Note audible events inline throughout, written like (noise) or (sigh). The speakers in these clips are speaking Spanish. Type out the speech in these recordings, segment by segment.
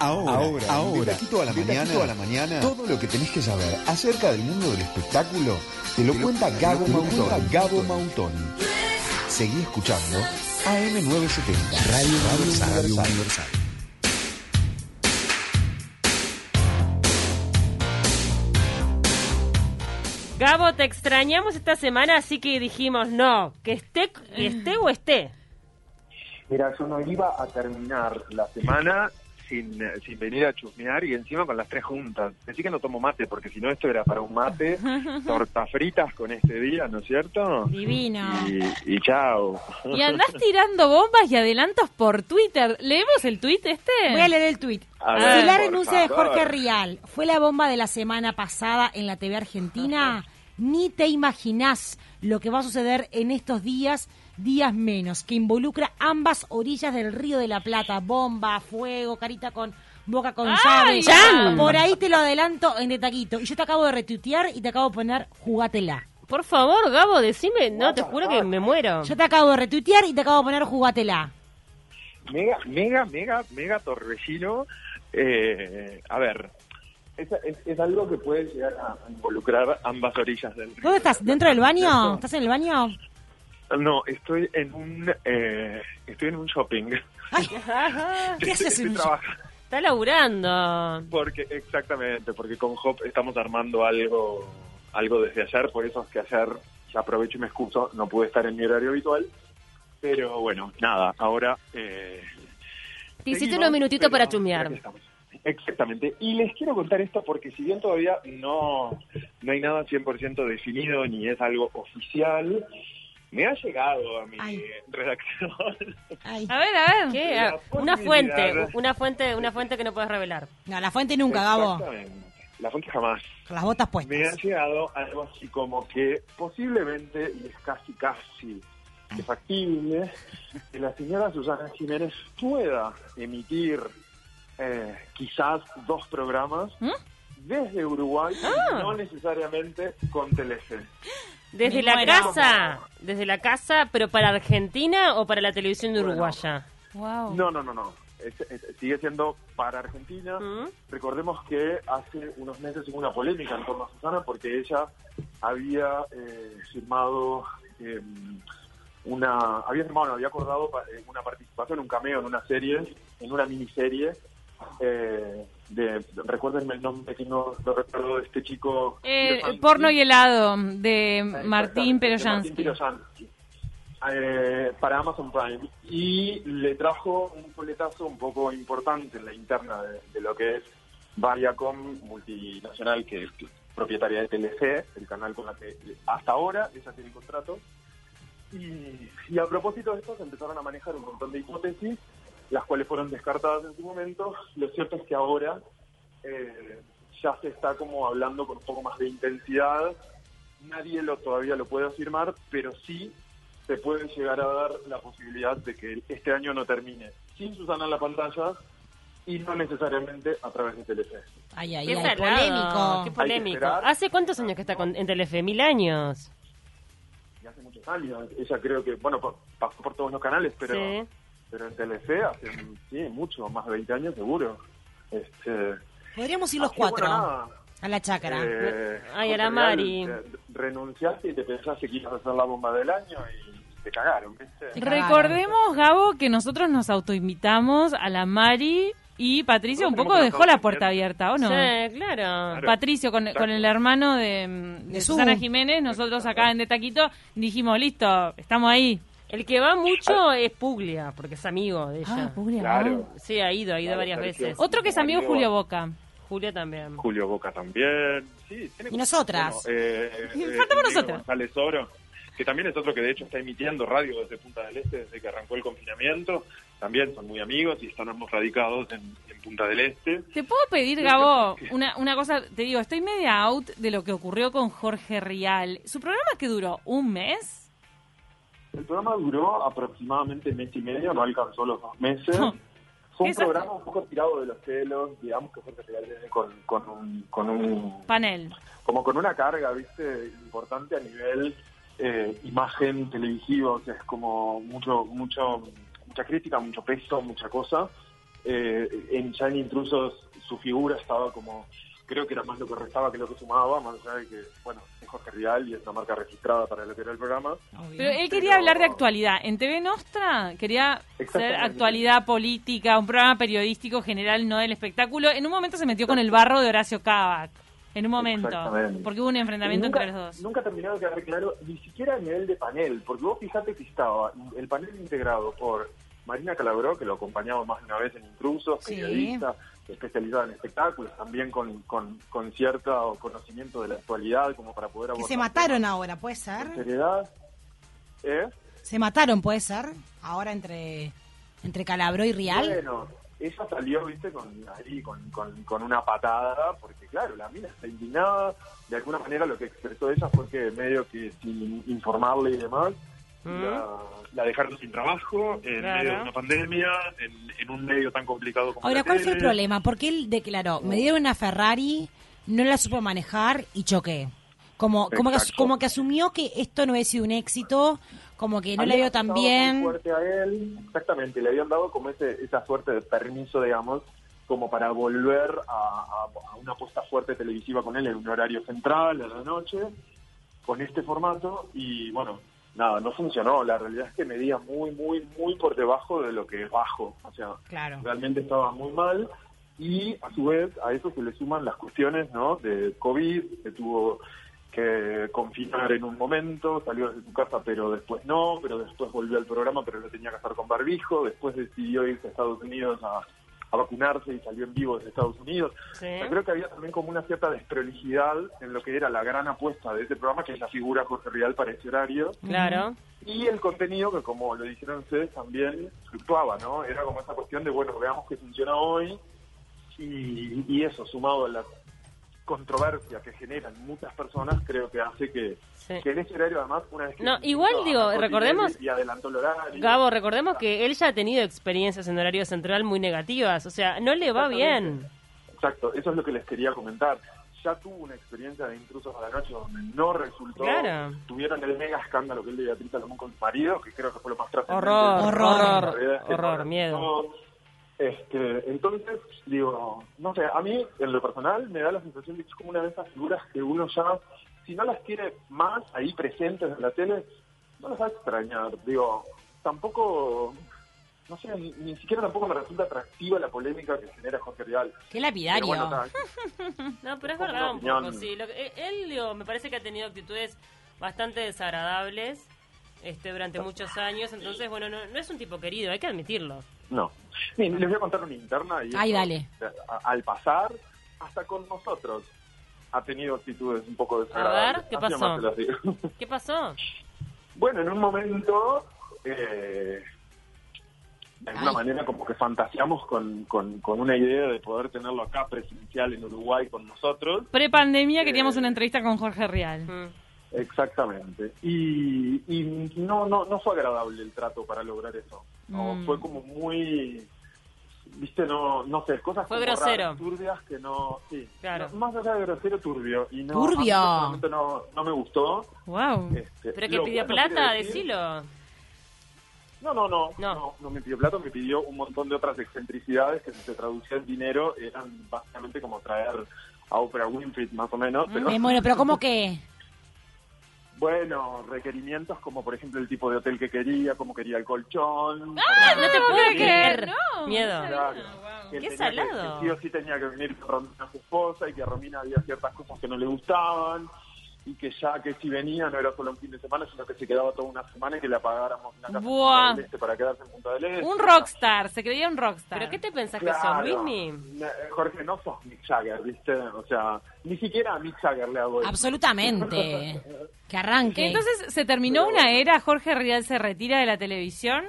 Ahora, ahora, ahora, de taquito a la de mañana, taquito a la mañana, todo lo que tenés que saber acerca del mundo del espectáculo te lo, cuenta, Gabo te lo Mautoni. cuenta Gabo Mautoni. Seguí escuchando AM970, Radio, Universal. Radio Universal. Gabo, te extrañamos esta semana, así que dijimos, no, que esté, esté o esté. Mira, yo no iba a terminar la semana sin, sin venir a chusmear y encima con las tres juntas. Así que no tomo mate, porque si no esto era para un (laughs) mate, tortas fritas con este día, ¿no es cierto? Divino. Y, y chao. Y andás tirando bombas y adelantos por Twitter. ¿Leemos el tweet este? Voy a leer el tuit. A ver, Si la por renuncia de favor. Jorge Rial fue la bomba de la semana pasada en la TV Argentina, ni te imaginás lo que va a suceder en estos días, días menos, que involucra ambas orillas del Río de la Plata. Bomba, fuego, carita con boca con ¡Ay, llave. Jan! Por ahí te lo adelanto en de taquito. Y yo te acabo de retuitear y te acabo de poner jugatela. Por favor, Gabo, decime, no, te juro que me muero. Yo te acabo de retuitear y te acabo de poner jugatela. Mega, mega, mega, mega torbellino. Eh, a ver, es, es- es algo que puede llegar a involucrar ambas orillas del río. ¿Dónde estás? ¿Dentro del baño? ¿Estás en el baño? No, estoy en un, eh, estoy en un shopping. ¿Qué haces Estoy en un trabajando. (laughs) Está laburando. Porque, exactamente, porque con Hop estamos armando algo, algo desde ayer, por eso es que ayer, ya aprovecho y me excuso, no pude estar en mi horario habitual. Pero bueno, nada, ahora... eh, Te hiciste seguimos, unos minutitos pero para chumear. aquí estamos. Exactamente. Y les quiero contar esto porque si bien todavía no, no hay nada 100% definido ni es algo oficial, me ha llegado a mi Ay. redacción Ay. A ver, a ver. ¿Qué? La Ah, Una posibilidad. fuente, una fuente, una fuente que no puedes revelar. No, la fuente nunca, Gabo. Exactamente. La fuente jamás. Con las botas puestas. Me ha llegado algo así como que posiblemente, y es casi casi es factible, que la señora Susana Jiménez pueda emitir eh, quizás dos programas desde Uruguay, no necesariamente con Telefe. Desde Me la muero. casa, desde la casa, pero para Argentina o para la televisión Bueno. uruguaya. Oh. Wow. No, no, no, no. Es- es- sigue siendo para Argentina. ¿Mm? Recordemos que hace unos meses hubo una polémica en torno a Susana porque ella había eh, firmado eh, una había firmado, no, había acordado pa- eh, una participación, un cameo en una serie, en una miniserie. eh, de, recuérdenme el nombre que no lo recuerdo de este chico. Eh, Pirosansky. porno y helado de Eh, Martín exactamente, de Martín Peroyansky. Pirosansky. Eh, para Amazon Prime y le trajo un coletazo un poco importante en la interna de, de lo que es Variacom multinacional que es propietaria de TLC, el canal con la que hasta ahora ella tiene contrato. Y, y a propósito de esto se empezaron a manejar un montón de hipótesis, las cuales fueron descartadas en su momento. Lo cierto es que ahora eh, ya se está como hablando con un poco más de intensidad. Nadie lo todavía lo puede afirmar, pero sí se puede llegar a dar la posibilidad de que este año no termine sin Susana en la pantalla y no necesariamente a través de Telefe. Ay, ay, Qué ay, salado, qué polémico. polémico. esperar. ¿Hace cuántos años que está con- en Telefe? Mil años. Y hace muchos años, ella creo que, bueno, pa- pasó por todos los canales, pero... Sí. Pero en Telefe hace sí, mucho, más de 20 años seguro. Este, Podríamos ir los así que, bueno, cuatro nada. a la chácara. Eh, Ay, a la Jorge Mari. Real, eh, Renunciaste y te pensaste que ibas a hacer la bomba del año y te cagaron, Te ¿viste? cagaron. Recordemos, Gabo, que nosotros nos autoinvitamos a la Mari y Patricio un Nosotros poco nos dejó la autoinvitamos. puerta abierta, ¿o no? Sí, claro. Claro. Patricio, con, Exacto. con el hermano de, mm, de De Susana Subu. Jiménez, nosotros acá en De Taquito dijimos, listo, estamos ahí. El que va mucho es Puglia, porque es amigo de Ah, ella. Claro. Sí, ha ido, ha ido Claro, varias Sergio. veces. Otro que es amigo Amigo. Julio Boca. Julia también. Julio Boca también. Sí, tiene- Y nosotras. Bueno, eh, eh, Faltamos Diego nosotras. González Oro, que también es otro que de hecho está emitiendo radio desde Punta del Este desde que arrancó el confinamiento. También son muy amigos y están ambos radicados en, en Punta del Este. ¿Te puedo pedir, Gabo, una, una cosa? Te digo, estoy media out de lo que ocurrió con Jorge Rial. ¿Su programa que duró? ¿Un mes? El programa duró aproximadamente mes y medio, no alcanzó los dos meses. Fue un Exacto. programa un poco tirado de los pelos, digamos que fue realmente con, con un, con un Panel. como con una carga, viste, importante a nivel eh, imagen televisiva, o sea, es como mucho, mucho, mucha crítica, mucho peso, mucha cosa. eh, en ya en Intrusos su figura estaba como, creo que era más lo que restaba que lo que sumaba, más allá de que, bueno, es Jorge Rial y es una marca registrada para lo que era el programa. Pero él quería hablar de actualidad. En TV Nostra quería ser Exactamente. actualidad política, un programa periodístico general, no del espectáculo. En un momento se metió con el barro de Horacio Cabac. En un momento. Exactamente. Porque hubo un enfrentamiento nunca, entre los dos. nunca terminaron de quedar claro, ni siquiera a nivel de panel, porque vos fijate que estaba el panel integrado por Marina Calabró, que lo acompañaba más de una vez en Intrusos, Sí. periodista, especializada en espectáculos, también con, con, con cierto conocimiento de la actualidad, como para poder Que abordar. se mataron temas ahora, ¿puede con ser? seriedad. ¿Eh? Se mataron, ¿puede ser? Ahora entre, entre Calabro y Rial. Bueno, ella salió, viste, con, ahí, con, con, con una patada, porque claro, la mina está indignada. De alguna manera lo que expresó ella fue que medio que sin informarle y demás, Mm. la, la dejaron sin trabajo en Claro. medio de una pandemia, en, en un medio tan complicado como Ahora, la ¿cuál fue el tele. problema? Porque él declaró, me dieron una Ferrari, no la supo manejar y choqué. Como, como, que, as- Exacto. como que asumió que esto no había sido un éxito, como que no le Habían vio tan dado muy bien. fuerte a él, exactamente, le habían dado como ese, esa suerte de permiso, digamos, como para volver a, a- a una apuesta fuerte televisiva con él en un horario central, a la noche, con este formato, y bueno, nada, no funcionó. La realidad es que medía muy, muy, muy por debajo de lo que es bajo. O sea, Claro. realmente estaba muy mal y a su vez a eso se le suman las cuestiones ¿no? de COVID, que tuvo que confinar en un momento, salió de su casa pero después no, pero después volvió al programa pero lo tenía que hacer con barbijo, después decidió irse a Estados Unidos a, a vacunarse y salió en vivo desde Estados Unidos. Sí. O sea, creo que había también como una cierta desprolijidad en lo que era la gran apuesta de este programa, que es la figura Jorge Rial para ese horario Claro. y el contenido que como lo dijeron ustedes también fluctuaba, ¿no? Era como esa cuestión de, bueno, veamos qué funciona hoy y, y eso, sumado a la controversia que generan muchas personas, creo que hace que, Sí. que en ese horario además una vez que... No, igual, digo, arrancó recordemos- Tinelli Y adelantó el horario. Gabo, recordemos que él ya ha tenido experiencias en horario central muy negativas, o sea, no le va bien. Exacto, eso es lo que les quería comentar. Ya tuvo una experiencia de intrusos a la noche donde no resultó. Claro. Tuvieron el mega escándalo que él de Beatriz Salomón con su marido, que creo que fue lo más trascendente. Horror, Horror. La realidad es que horror, no, miedo. no. Este, entonces, digo, no sé, a mí en lo personal me da la sensación de que es como una de esas figuras que uno ya, si no las quiere más ahí presentes en la tele, no las va a extrañar. Digo, tampoco, no sé, ni, ni siquiera tampoco me resulta atractiva la polémica que genera Jorge Rial. Qué Pero lapidario. bueno, nada, No, pero es Un poco verdad de un poco, opinión. sí. Lo que- eh, él, digo, me parece que ha tenido actitudes bastante desagradables este, durante muchos años, entonces, bueno, no, no es un tipo querido, hay que admitirlo. No. Sí, les voy a contar una interna. Y Ay, eso, dale. a- al pasar, hasta con nosotros, ha tenido actitudes un poco desagradables. ver, ¿qué Así pasó? nomás se las digo. (laughs) ¿Qué pasó? bueno, en un momento, eh, de alguna Ay. manera como que fantaseamos con, con, con una idea de poder tenerlo acá presencial en Uruguay con nosotros. Pre-pandemia queríamos Eh. una entrevista con Jorge Real. Mm. Exactamente. Y, y no, no, no fue agradable el trato para lograr eso. No, Mm. Fue como muy, viste, no, no sé, cosas Fue como grosero. raras, turbias que no, sí. Claro. No, más allá de grosero, turbio. Y no, Turbio. a mí personalmente No, no me gustó. Wow. Este, ¿Pero que lo pidió bueno plata? quiere decir- Decilo. No, no, no, No. no, no me pidió plata, me pidió un montón de otras excentricidades que si se traducía en dinero eran básicamente como traer a Oprah Winfrey más o menos, Mm. pero... Eh, bueno, pero ¿cómo (laughs) que? Bueno, requerimientos como por ejemplo el tipo de hotel que quería, cómo quería el colchón. ¡Ah, No te puedo creer. No, Miedo. no Claro. sabía, Que ¡Qué tenía que- salado! que sí o sí tenía que venir con Romina su esposa y que a Romina había ciertas cosas que no le gustaban y que ya que si venía no era solo un fin de semana, sino que se quedaba toda una semana y que le pagáramos una casa en Buah. Punta del Este para quedarse en Punta del Este. wow. Un rockstar, se creía un rockstar. ¿Pero qué te pensás Claro. que sos, Whitney? Eh, Jorge, no sos Mick Jagger, ¿viste? O sea, ni siquiera a Mick Jagger le hago eso. Absolutamente. Que arranque. Entonces, ¿se terminó una era? ¿Jorge Real se retira de la televisión?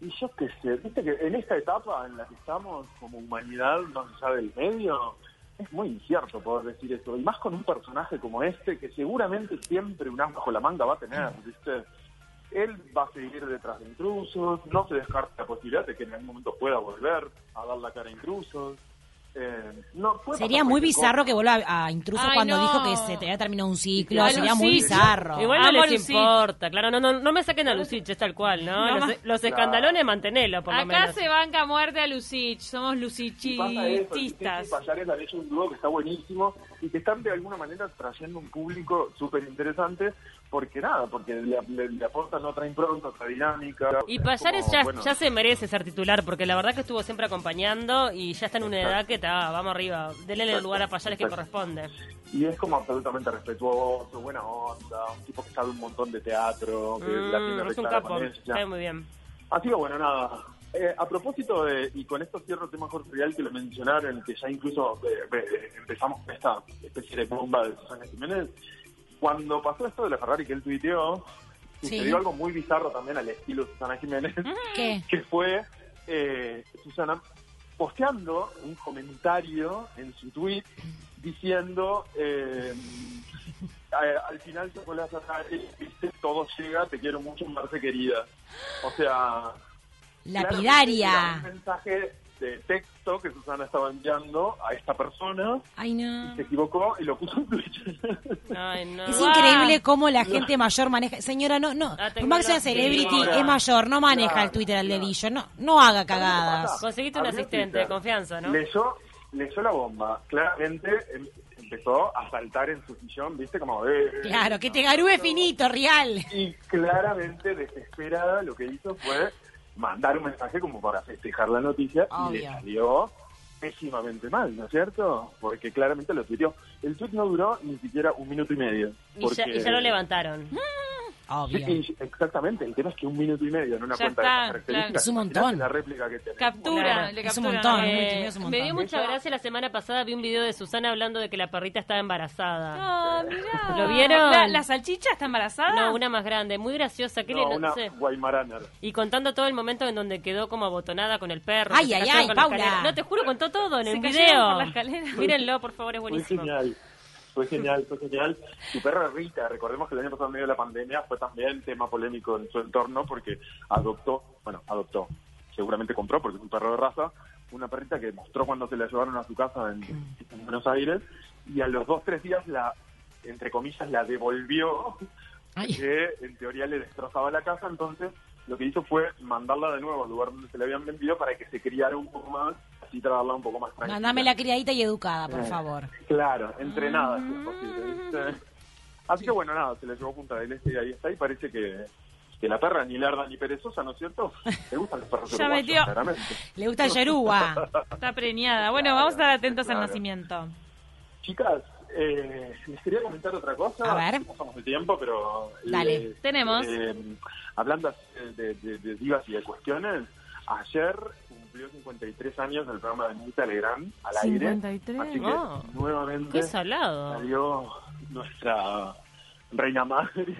Y yo qué sé, viste que en esta etapa en la que estamos como humanidad, más allá del medio, es muy incierto poder decir eso. Y más con un personaje como este, que seguramente siempre un as bajo la manga va a tener, Mm. ¿viste? Él va a seguir detrás de intrusos, no se descarta la posibilidad de que en algún momento pueda volver a dar la cara a intrusos. Eh, no, puede Sería pasar muy cualquier bizarro cosa. que vuelva a a Intruso Ay, cuando no. dijo que se te había terminado un ciclo. Igual Sería Lucich. muy bizarro. Igual Amo no a les Lucich. importa, claro, no, no, no me saquen a Lucich, es tal cual, ¿no? No los, más. los escandalones mantenelo, por lo Acá menos. se banca muerte a Lucich, somos Y pasa eso, sí, sí, lucichitistas. Payares han hecho un dúo que está buenísimo y que están de alguna manera trayendo un público súper interesante porque nada, porque le, le- le aportan otra impronta, otra dinámica. Y Es Payares como, ya, Oh, bueno, ya se merece ser titular, porque la verdad que estuvo siempre acompañando y ya está en una edad que está, vamos arriba, denle el lugar a Payares que Exacto. corresponde. Y es como absolutamente respetuoso, buena onda, un tipo que sabe un montón de teatro, que la tiene Mm, es un reclara capo, con ella. cae muy bien. Así que bueno, nada. Eh, a propósito de, y con esto cierro el tema Jorge Rial que lo mencionaron, que ya incluso eh, eh, empezamos con esta especie de bomba de Susana Jiménez, cuando pasó esto de la Ferrari que él tuiteó, Sí. sucedió algo muy bizarro también al estilo Susana Jiménez, ¿Qué? que fue eh, Susana posteando un comentario en su tweet diciendo eh, a- al final te vuelve a cerrar, viste, todo llega, te quiero mucho, Marce querida. O sea, claramente era Lapidaria. Un mensaje de texto que Susana estaba enviando a esta persona Ay, no. y se equivocó y lo puso en Twitter. (laughs) Ay, no. Es Guau. increíble cómo la gente mayor maneja. Señora, no, no. La Por más que tecnología. sea celebrity, Señora. es mayor, no maneja el Twitter al Claro. dedillo. No, no haga pasa? cagadas. Conseguiste un Abrió asistente Twitter. de confianza, ¿no? Leyó, leyó la bomba. Claramente em- empezó a saltar en su sillón, ¿viste? Como, eh, Claro, que te garúe finito, real. Y claramente desesperada lo que hizo fue mandar un mensaje como para festejar la noticia y le Obvio. salió pésimamente mal, ¿no es cierto? Porque claramente lo tuiteó. El tweet no duró ni siquiera un minuto y medio. Y porque- ya, y ya lo levantaron. Sí, Obvio. y- exactamente, el tema es que un minuto y medio en una Ya cuenta está, de esas características, claro. Es un imagínate montón. La réplica que tenés. Captura, Claro, le es un capturan a montón, la- ¿eh? Eh, es un montón. me dio mucha gracia la semana pasada, vi un video de Susana hablando de que la perrita estaba embarazada. No, mirá. (laughs) ¿Lo vieron? La, la salchicha está embarazada? No, una más grande, muy graciosa, que No, le una no sé. Guaymaraner. Y contando todo el momento en donde quedó como abotonada con el perro. que Ay, se ay, cayeron ay, con la Paula. escalera. No, te juro, contó todo en Se el cayeron video. por la escalera. (laughs) Mírenlo, por favor, es Fue buenísimo. genial, fue genial, fue genial. Su perra Rita, recordemos que el año pasado, en medio de la pandemia, fue también tema polémico en su entorno porque adoptó, bueno, adoptó, seguramente compró porque es un perro de raza, una perrita que mostró cuando se la llevaron a su casa en, en Buenos Aires y a los dos, tres días la, entre comillas, la devolvió, Ay. que en teoría le destrozaba la casa, entonces lo que hizo fue mandarla de nuevo al lugar donde se la habían vendido para que se criara un poco más, así tratarla un poco más tranquila. Mándame la criadita y educada, por Eh, favor. Claro, entrenada, si es posible. ¿viste? Así que bueno, nada, se le llevó Punta del Este y ahí está, y parece que, que la perra ni larda ni perezosa, ¿no es cierto? Le gustan los perros Ya uruguayos, metió. claramente. Le gusta el Yerúa. Está preñada. Bueno, Claro, vamos a estar atentos claro. al nacimiento. Chicas, eh, les quería comentar otra cosa. A ver. Pasamos el tiempo, pero... Dale, tenemos. eh, hablando eh, de, de- de divas y de cuestiones, ayer cumplió 53 años el programa de Anita Legrand al aire. 53, Así que wow. nuevamente... Qué salado. salió nuestra reina madre.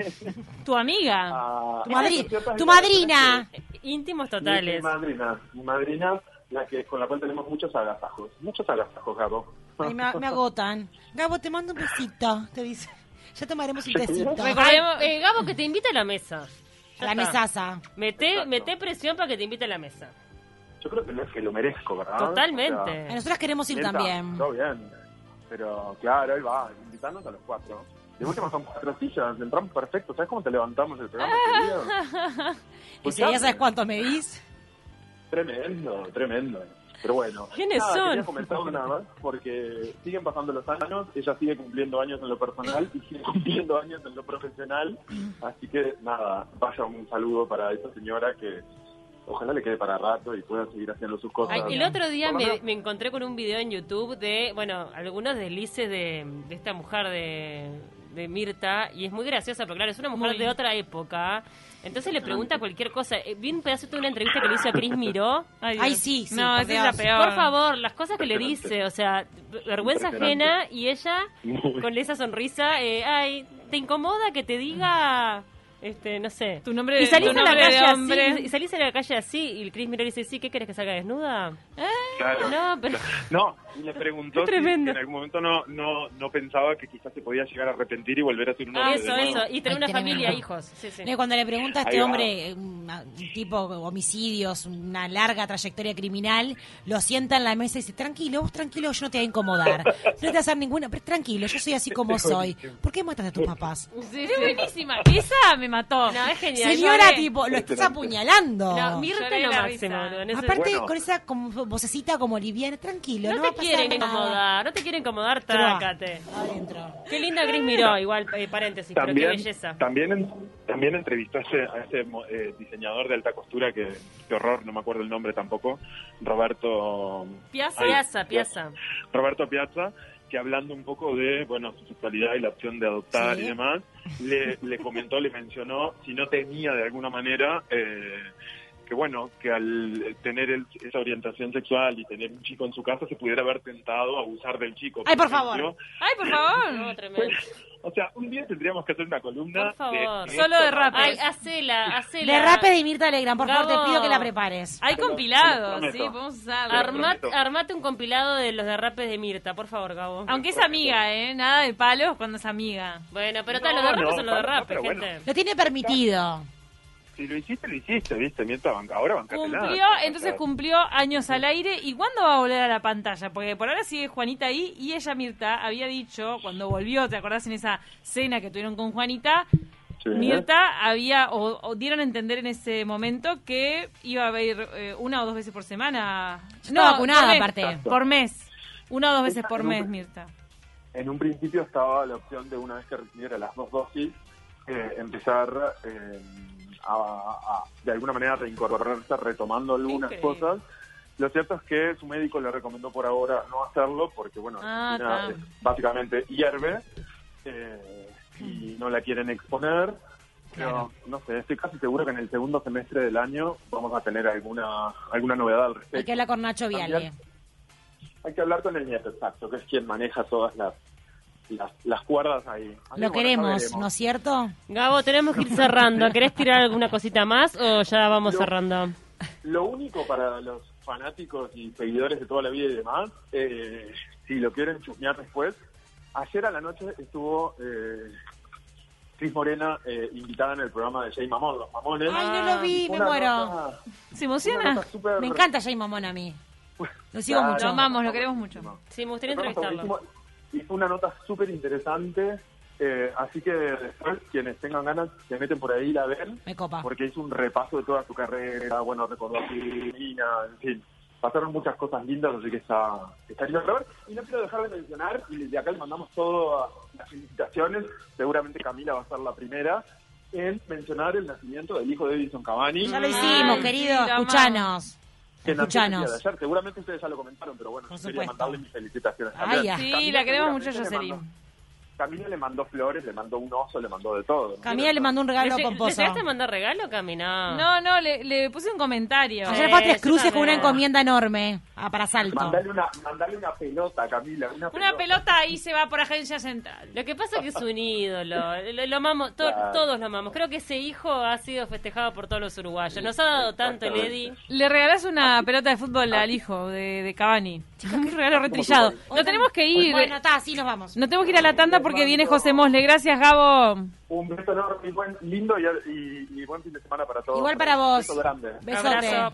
Tu amiga. a- Tu, (laughs) madri- Esa es cierta tu diferencia. madrina. Íntimos Mi- mi totales. madrina, mi madrina, la que, con la cual tenemos muchos agasajos. Muchos agasajos, Gabo. Ay, me, me agotan. Gabo, te mando un besito. Te dice. Ya tomaremos (laughs) un tecito. Recordemos- eh, Gabo, que te invita a la mesa. A La está. mesaza. Mete, Exacto. mete presión para que te invite a la mesa. Yo creo que lo, que lo merezco, ¿verdad? Totalmente. A nosotras queremos ir neta, también. Todo bien. Pero claro, él va, invitarnos a los cuatro. De última son cuatro sillas, entramos perfecto. ¿Sabes cómo te levantamos el programa? Ah. querido? Y si ya sabes Escuchame. cuánto me dis. Tremendo, tremendo. Pero bueno, ¿Quiénes nada, son? quería comentarlo nada más porque siguen pasando los años, ella sigue cumpliendo años en lo personal y sigue cumpliendo años en lo profesional, así que nada, vaya un saludo para esa señora que ojalá le quede para rato y pueda seguir haciendo sus cosas. Ay, el otro día Por lo me, menos- me encontré con un video en YouTube de, bueno, algunos deslices de, de esta mujer de, de Mirta, y es muy graciosa, pero claro, es una mujer Muy. de otra época. Entonces le pregunta cualquier cosa. Eh, Vi un pedacito de una entrevista que le hizo a Cris Miró. Ay, sí, sí, No, por esa es la Dios. peor. Por favor, las cosas que le dice, o sea, vergüenza ajena Impresionante. y ella Muy. con esa sonrisa, eh, ay, ¿te incomoda que te diga, este, no sé? Tu nombre y salís tu a la nombre de calle hombre. así, y salís a la calle así y el Chris Miró le dice, sí, ¿qué querés que salga desnuda? Claro. No, pero- No, y le preguntó Qué si tremendo. en algún momento no, no, no pensaba que quizás se podía llegar a arrepentir y volver a ser un Ah, hombre. eso, de nuevo. eso. Y tener Ay, una tremendo. familia, hijos. Sí, sí. Eh, Cuando le pregunta a Ahí este va. hombre, eh, un, a- un tipo, homicidios, una larga trayectoria criminal, lo sienta en la mesa y dice, tranquilo, vos tranquilo, yo no te voy a incomodar. No te voy a hacer ninguna, pero tranquilo, yo soy así como soy. ¿Por qué mataste a tus papás? Sí, es buenísima. (laughs) Esa me mató. No, es genial. Señora, lloré. tipo, lo estás apuñalando. ¿eh? No, Mirta Lloré es lo la máximo, risa. boludo. En ese- Aparte, Bueno. con esa como vocecita como liviana, tranquilo, no, no, te va a pasar quieren nada. incomodar, no te quieren incomodar, Truá. trácate. Adentro. Qué linda Gris miró, igual, eh, paréntesis, pero qué También, belleza. también, en- también entrevistó a ese, a ese mo- eh, diseñador de alta costura, que qué horror, no me acuerdo el nombre tampoco, Roberto... Piazza. Ay, Piazza, Piazza. Roberto Piazza, que hablando un poco de bueno su sexualidad y la opción de adoptar Sí. y demás, le, le comentó, le mencionó si no tenía de alguna manera eh, que bueno, que al tener el- esa orientación sexual y tener un chico en su casa se pudiera haber tentado a abusar del chico. Ay, por ejemplo. Ay, por favor. No, tremendo. O sea, un día tendríamos que hacer una columna Por favor. de Solo de rap. Ay, ah, hacela, hacela. Le rapes de Mirta Legrand, por favor, Gabo. te pido que la prepares. Hay Te lo- compilados, te lo sí, prometo. podemos usarlo. Te lo prometo. Armat- armate un compilado de los derrapes de Mirta, por favor, Gabo. Aunque es amiga, ¿eh? Nada de palos cuando es amiga. Bueno, pero tal, los No, derrapes no, son los no, derrapes, pero bueno. gente. Lo tiene permitido. Si lo hiciste, lo hiciste, ¿viste? Mientras banca, ahora bancatelada. Cumplió, entonces cumplió años al aire. ¿Y cuándo va a volver a la pantalla? Porque por ahora sigue Juanita ahí y ella, Mirta, había dicho, cuando volvió, ¿te acordás en esa cena que tuvieron con Juanita? Sí. Mirta había, o, o dieron a entender en ese momento que iba a haber eh, una o dos veces por semana. Ya está vacunada, por mes, aparte. Por mes. Una o dos veces Esa por nunca- mes, Mirta. En un principio estaba la opción de una vez que recibiera las dos dosis, eh, empezar eh, a, a- de alguna manera a reincorporarse, retomando algunas Increíble. cosas. Lo cierto es que su médico le recomendó por ahora no hacerlo porque, bueno, Ah, Argentina está. es básicamente hierve eh, y no la quieren exponer. Pero, no sé, estoy casi seguro que en el segundo semestre del año vamos a tener alguna alguna novedad al respecto. Hay que hablar con Nacho Viale. También. Hay que hablar con el nieto, exacto, que es quien maneja todas las, las, las cuerdas ahí. Así que, bueno, ya Lo queremos, veremos. ¿no es cierto? Gabo, tenemos que ir (laughs) cerrando. ¿Querés tirar alguna cosita más o ya vamos No. cerrando? Lo único para los fanáticos y seguidores de toda la vida y demás, eh, si lo quieren chusmear después, ayer a la noche estuvo eh, Cris Morena eh, invitada en el programa de Jay Mamón, Los Mamones. Ay, no lo vi, me Ah, Una muero. nota- Ah, ¿Se una emociona? nota súper- (laughs) Me encanta Jay Mamón a mí. Lo sigo Claro. mucho. Lo amamos, lo queremos mucho. Sí, me gustaría Pero está entrevistarlo. buenísimo. Hizo una nota súper interesante, eh, así que después quienes tengan ganas se meten por ahí y la ven, Me copa. porque hizo un repaso de toda su carrera, bueno, recordó a Filipina, en fin. Pasaron muchas cosas lindas, así que está, está lindo de ver. Y no quiero dejar de mencionar, y de acá le mandamos todas las felicitaciones, seguramente Camila va a ser la primera, en mencionar el nacimiento del hijo de Edison Cavani. Ya lo Ay, hicimos, sí, querido. lo amamos. Escuchanos. que nació el día de Escuchanos. ayer. Seguramente ustedes ya lo comentaron, pero bueno, Por yo quería supuesto. mandarle mis felicitaciones. Ay, ah. también. ya. Sí, Camila la queremos mucho, seguramente le Jocelyn. mandó- Camila le mandó flores, le mandó un oso, le mandó de todo. Camila le mandó un ¿Le, regalo lle- le pomposo. llegaste a mandar regalo, Camina? No, no, le, le puse un comentario. Ayer fue a Eh, yo Tres Cruces con también. una encomienda enorme ah, para Salto. Mandale una, mandale una pelota, Camila. Una, Una pelota ahí se va por agencia central. Lo que pasa es que es un ídolo, lo, lo amamos, to- Claro. todos lo amamos. Creo que ese hijo ha sido festejado por todos los uruguayos. Nos ha dado tanto el Exactamente. Eddy. Le regalás una pelota de fútbol al hijo de, de Cavani. Un regalo retrillado. No tenemos que ir. Bueno, está, así nos vamos. No tenemos que ir a la tanda porque viene José Mosle. Gracias, Gabo. Un beso enorme y buen, lindo y, y- y buen fin de semana para todos. Igual para Un vos. beso grande. Besote. Abrazo.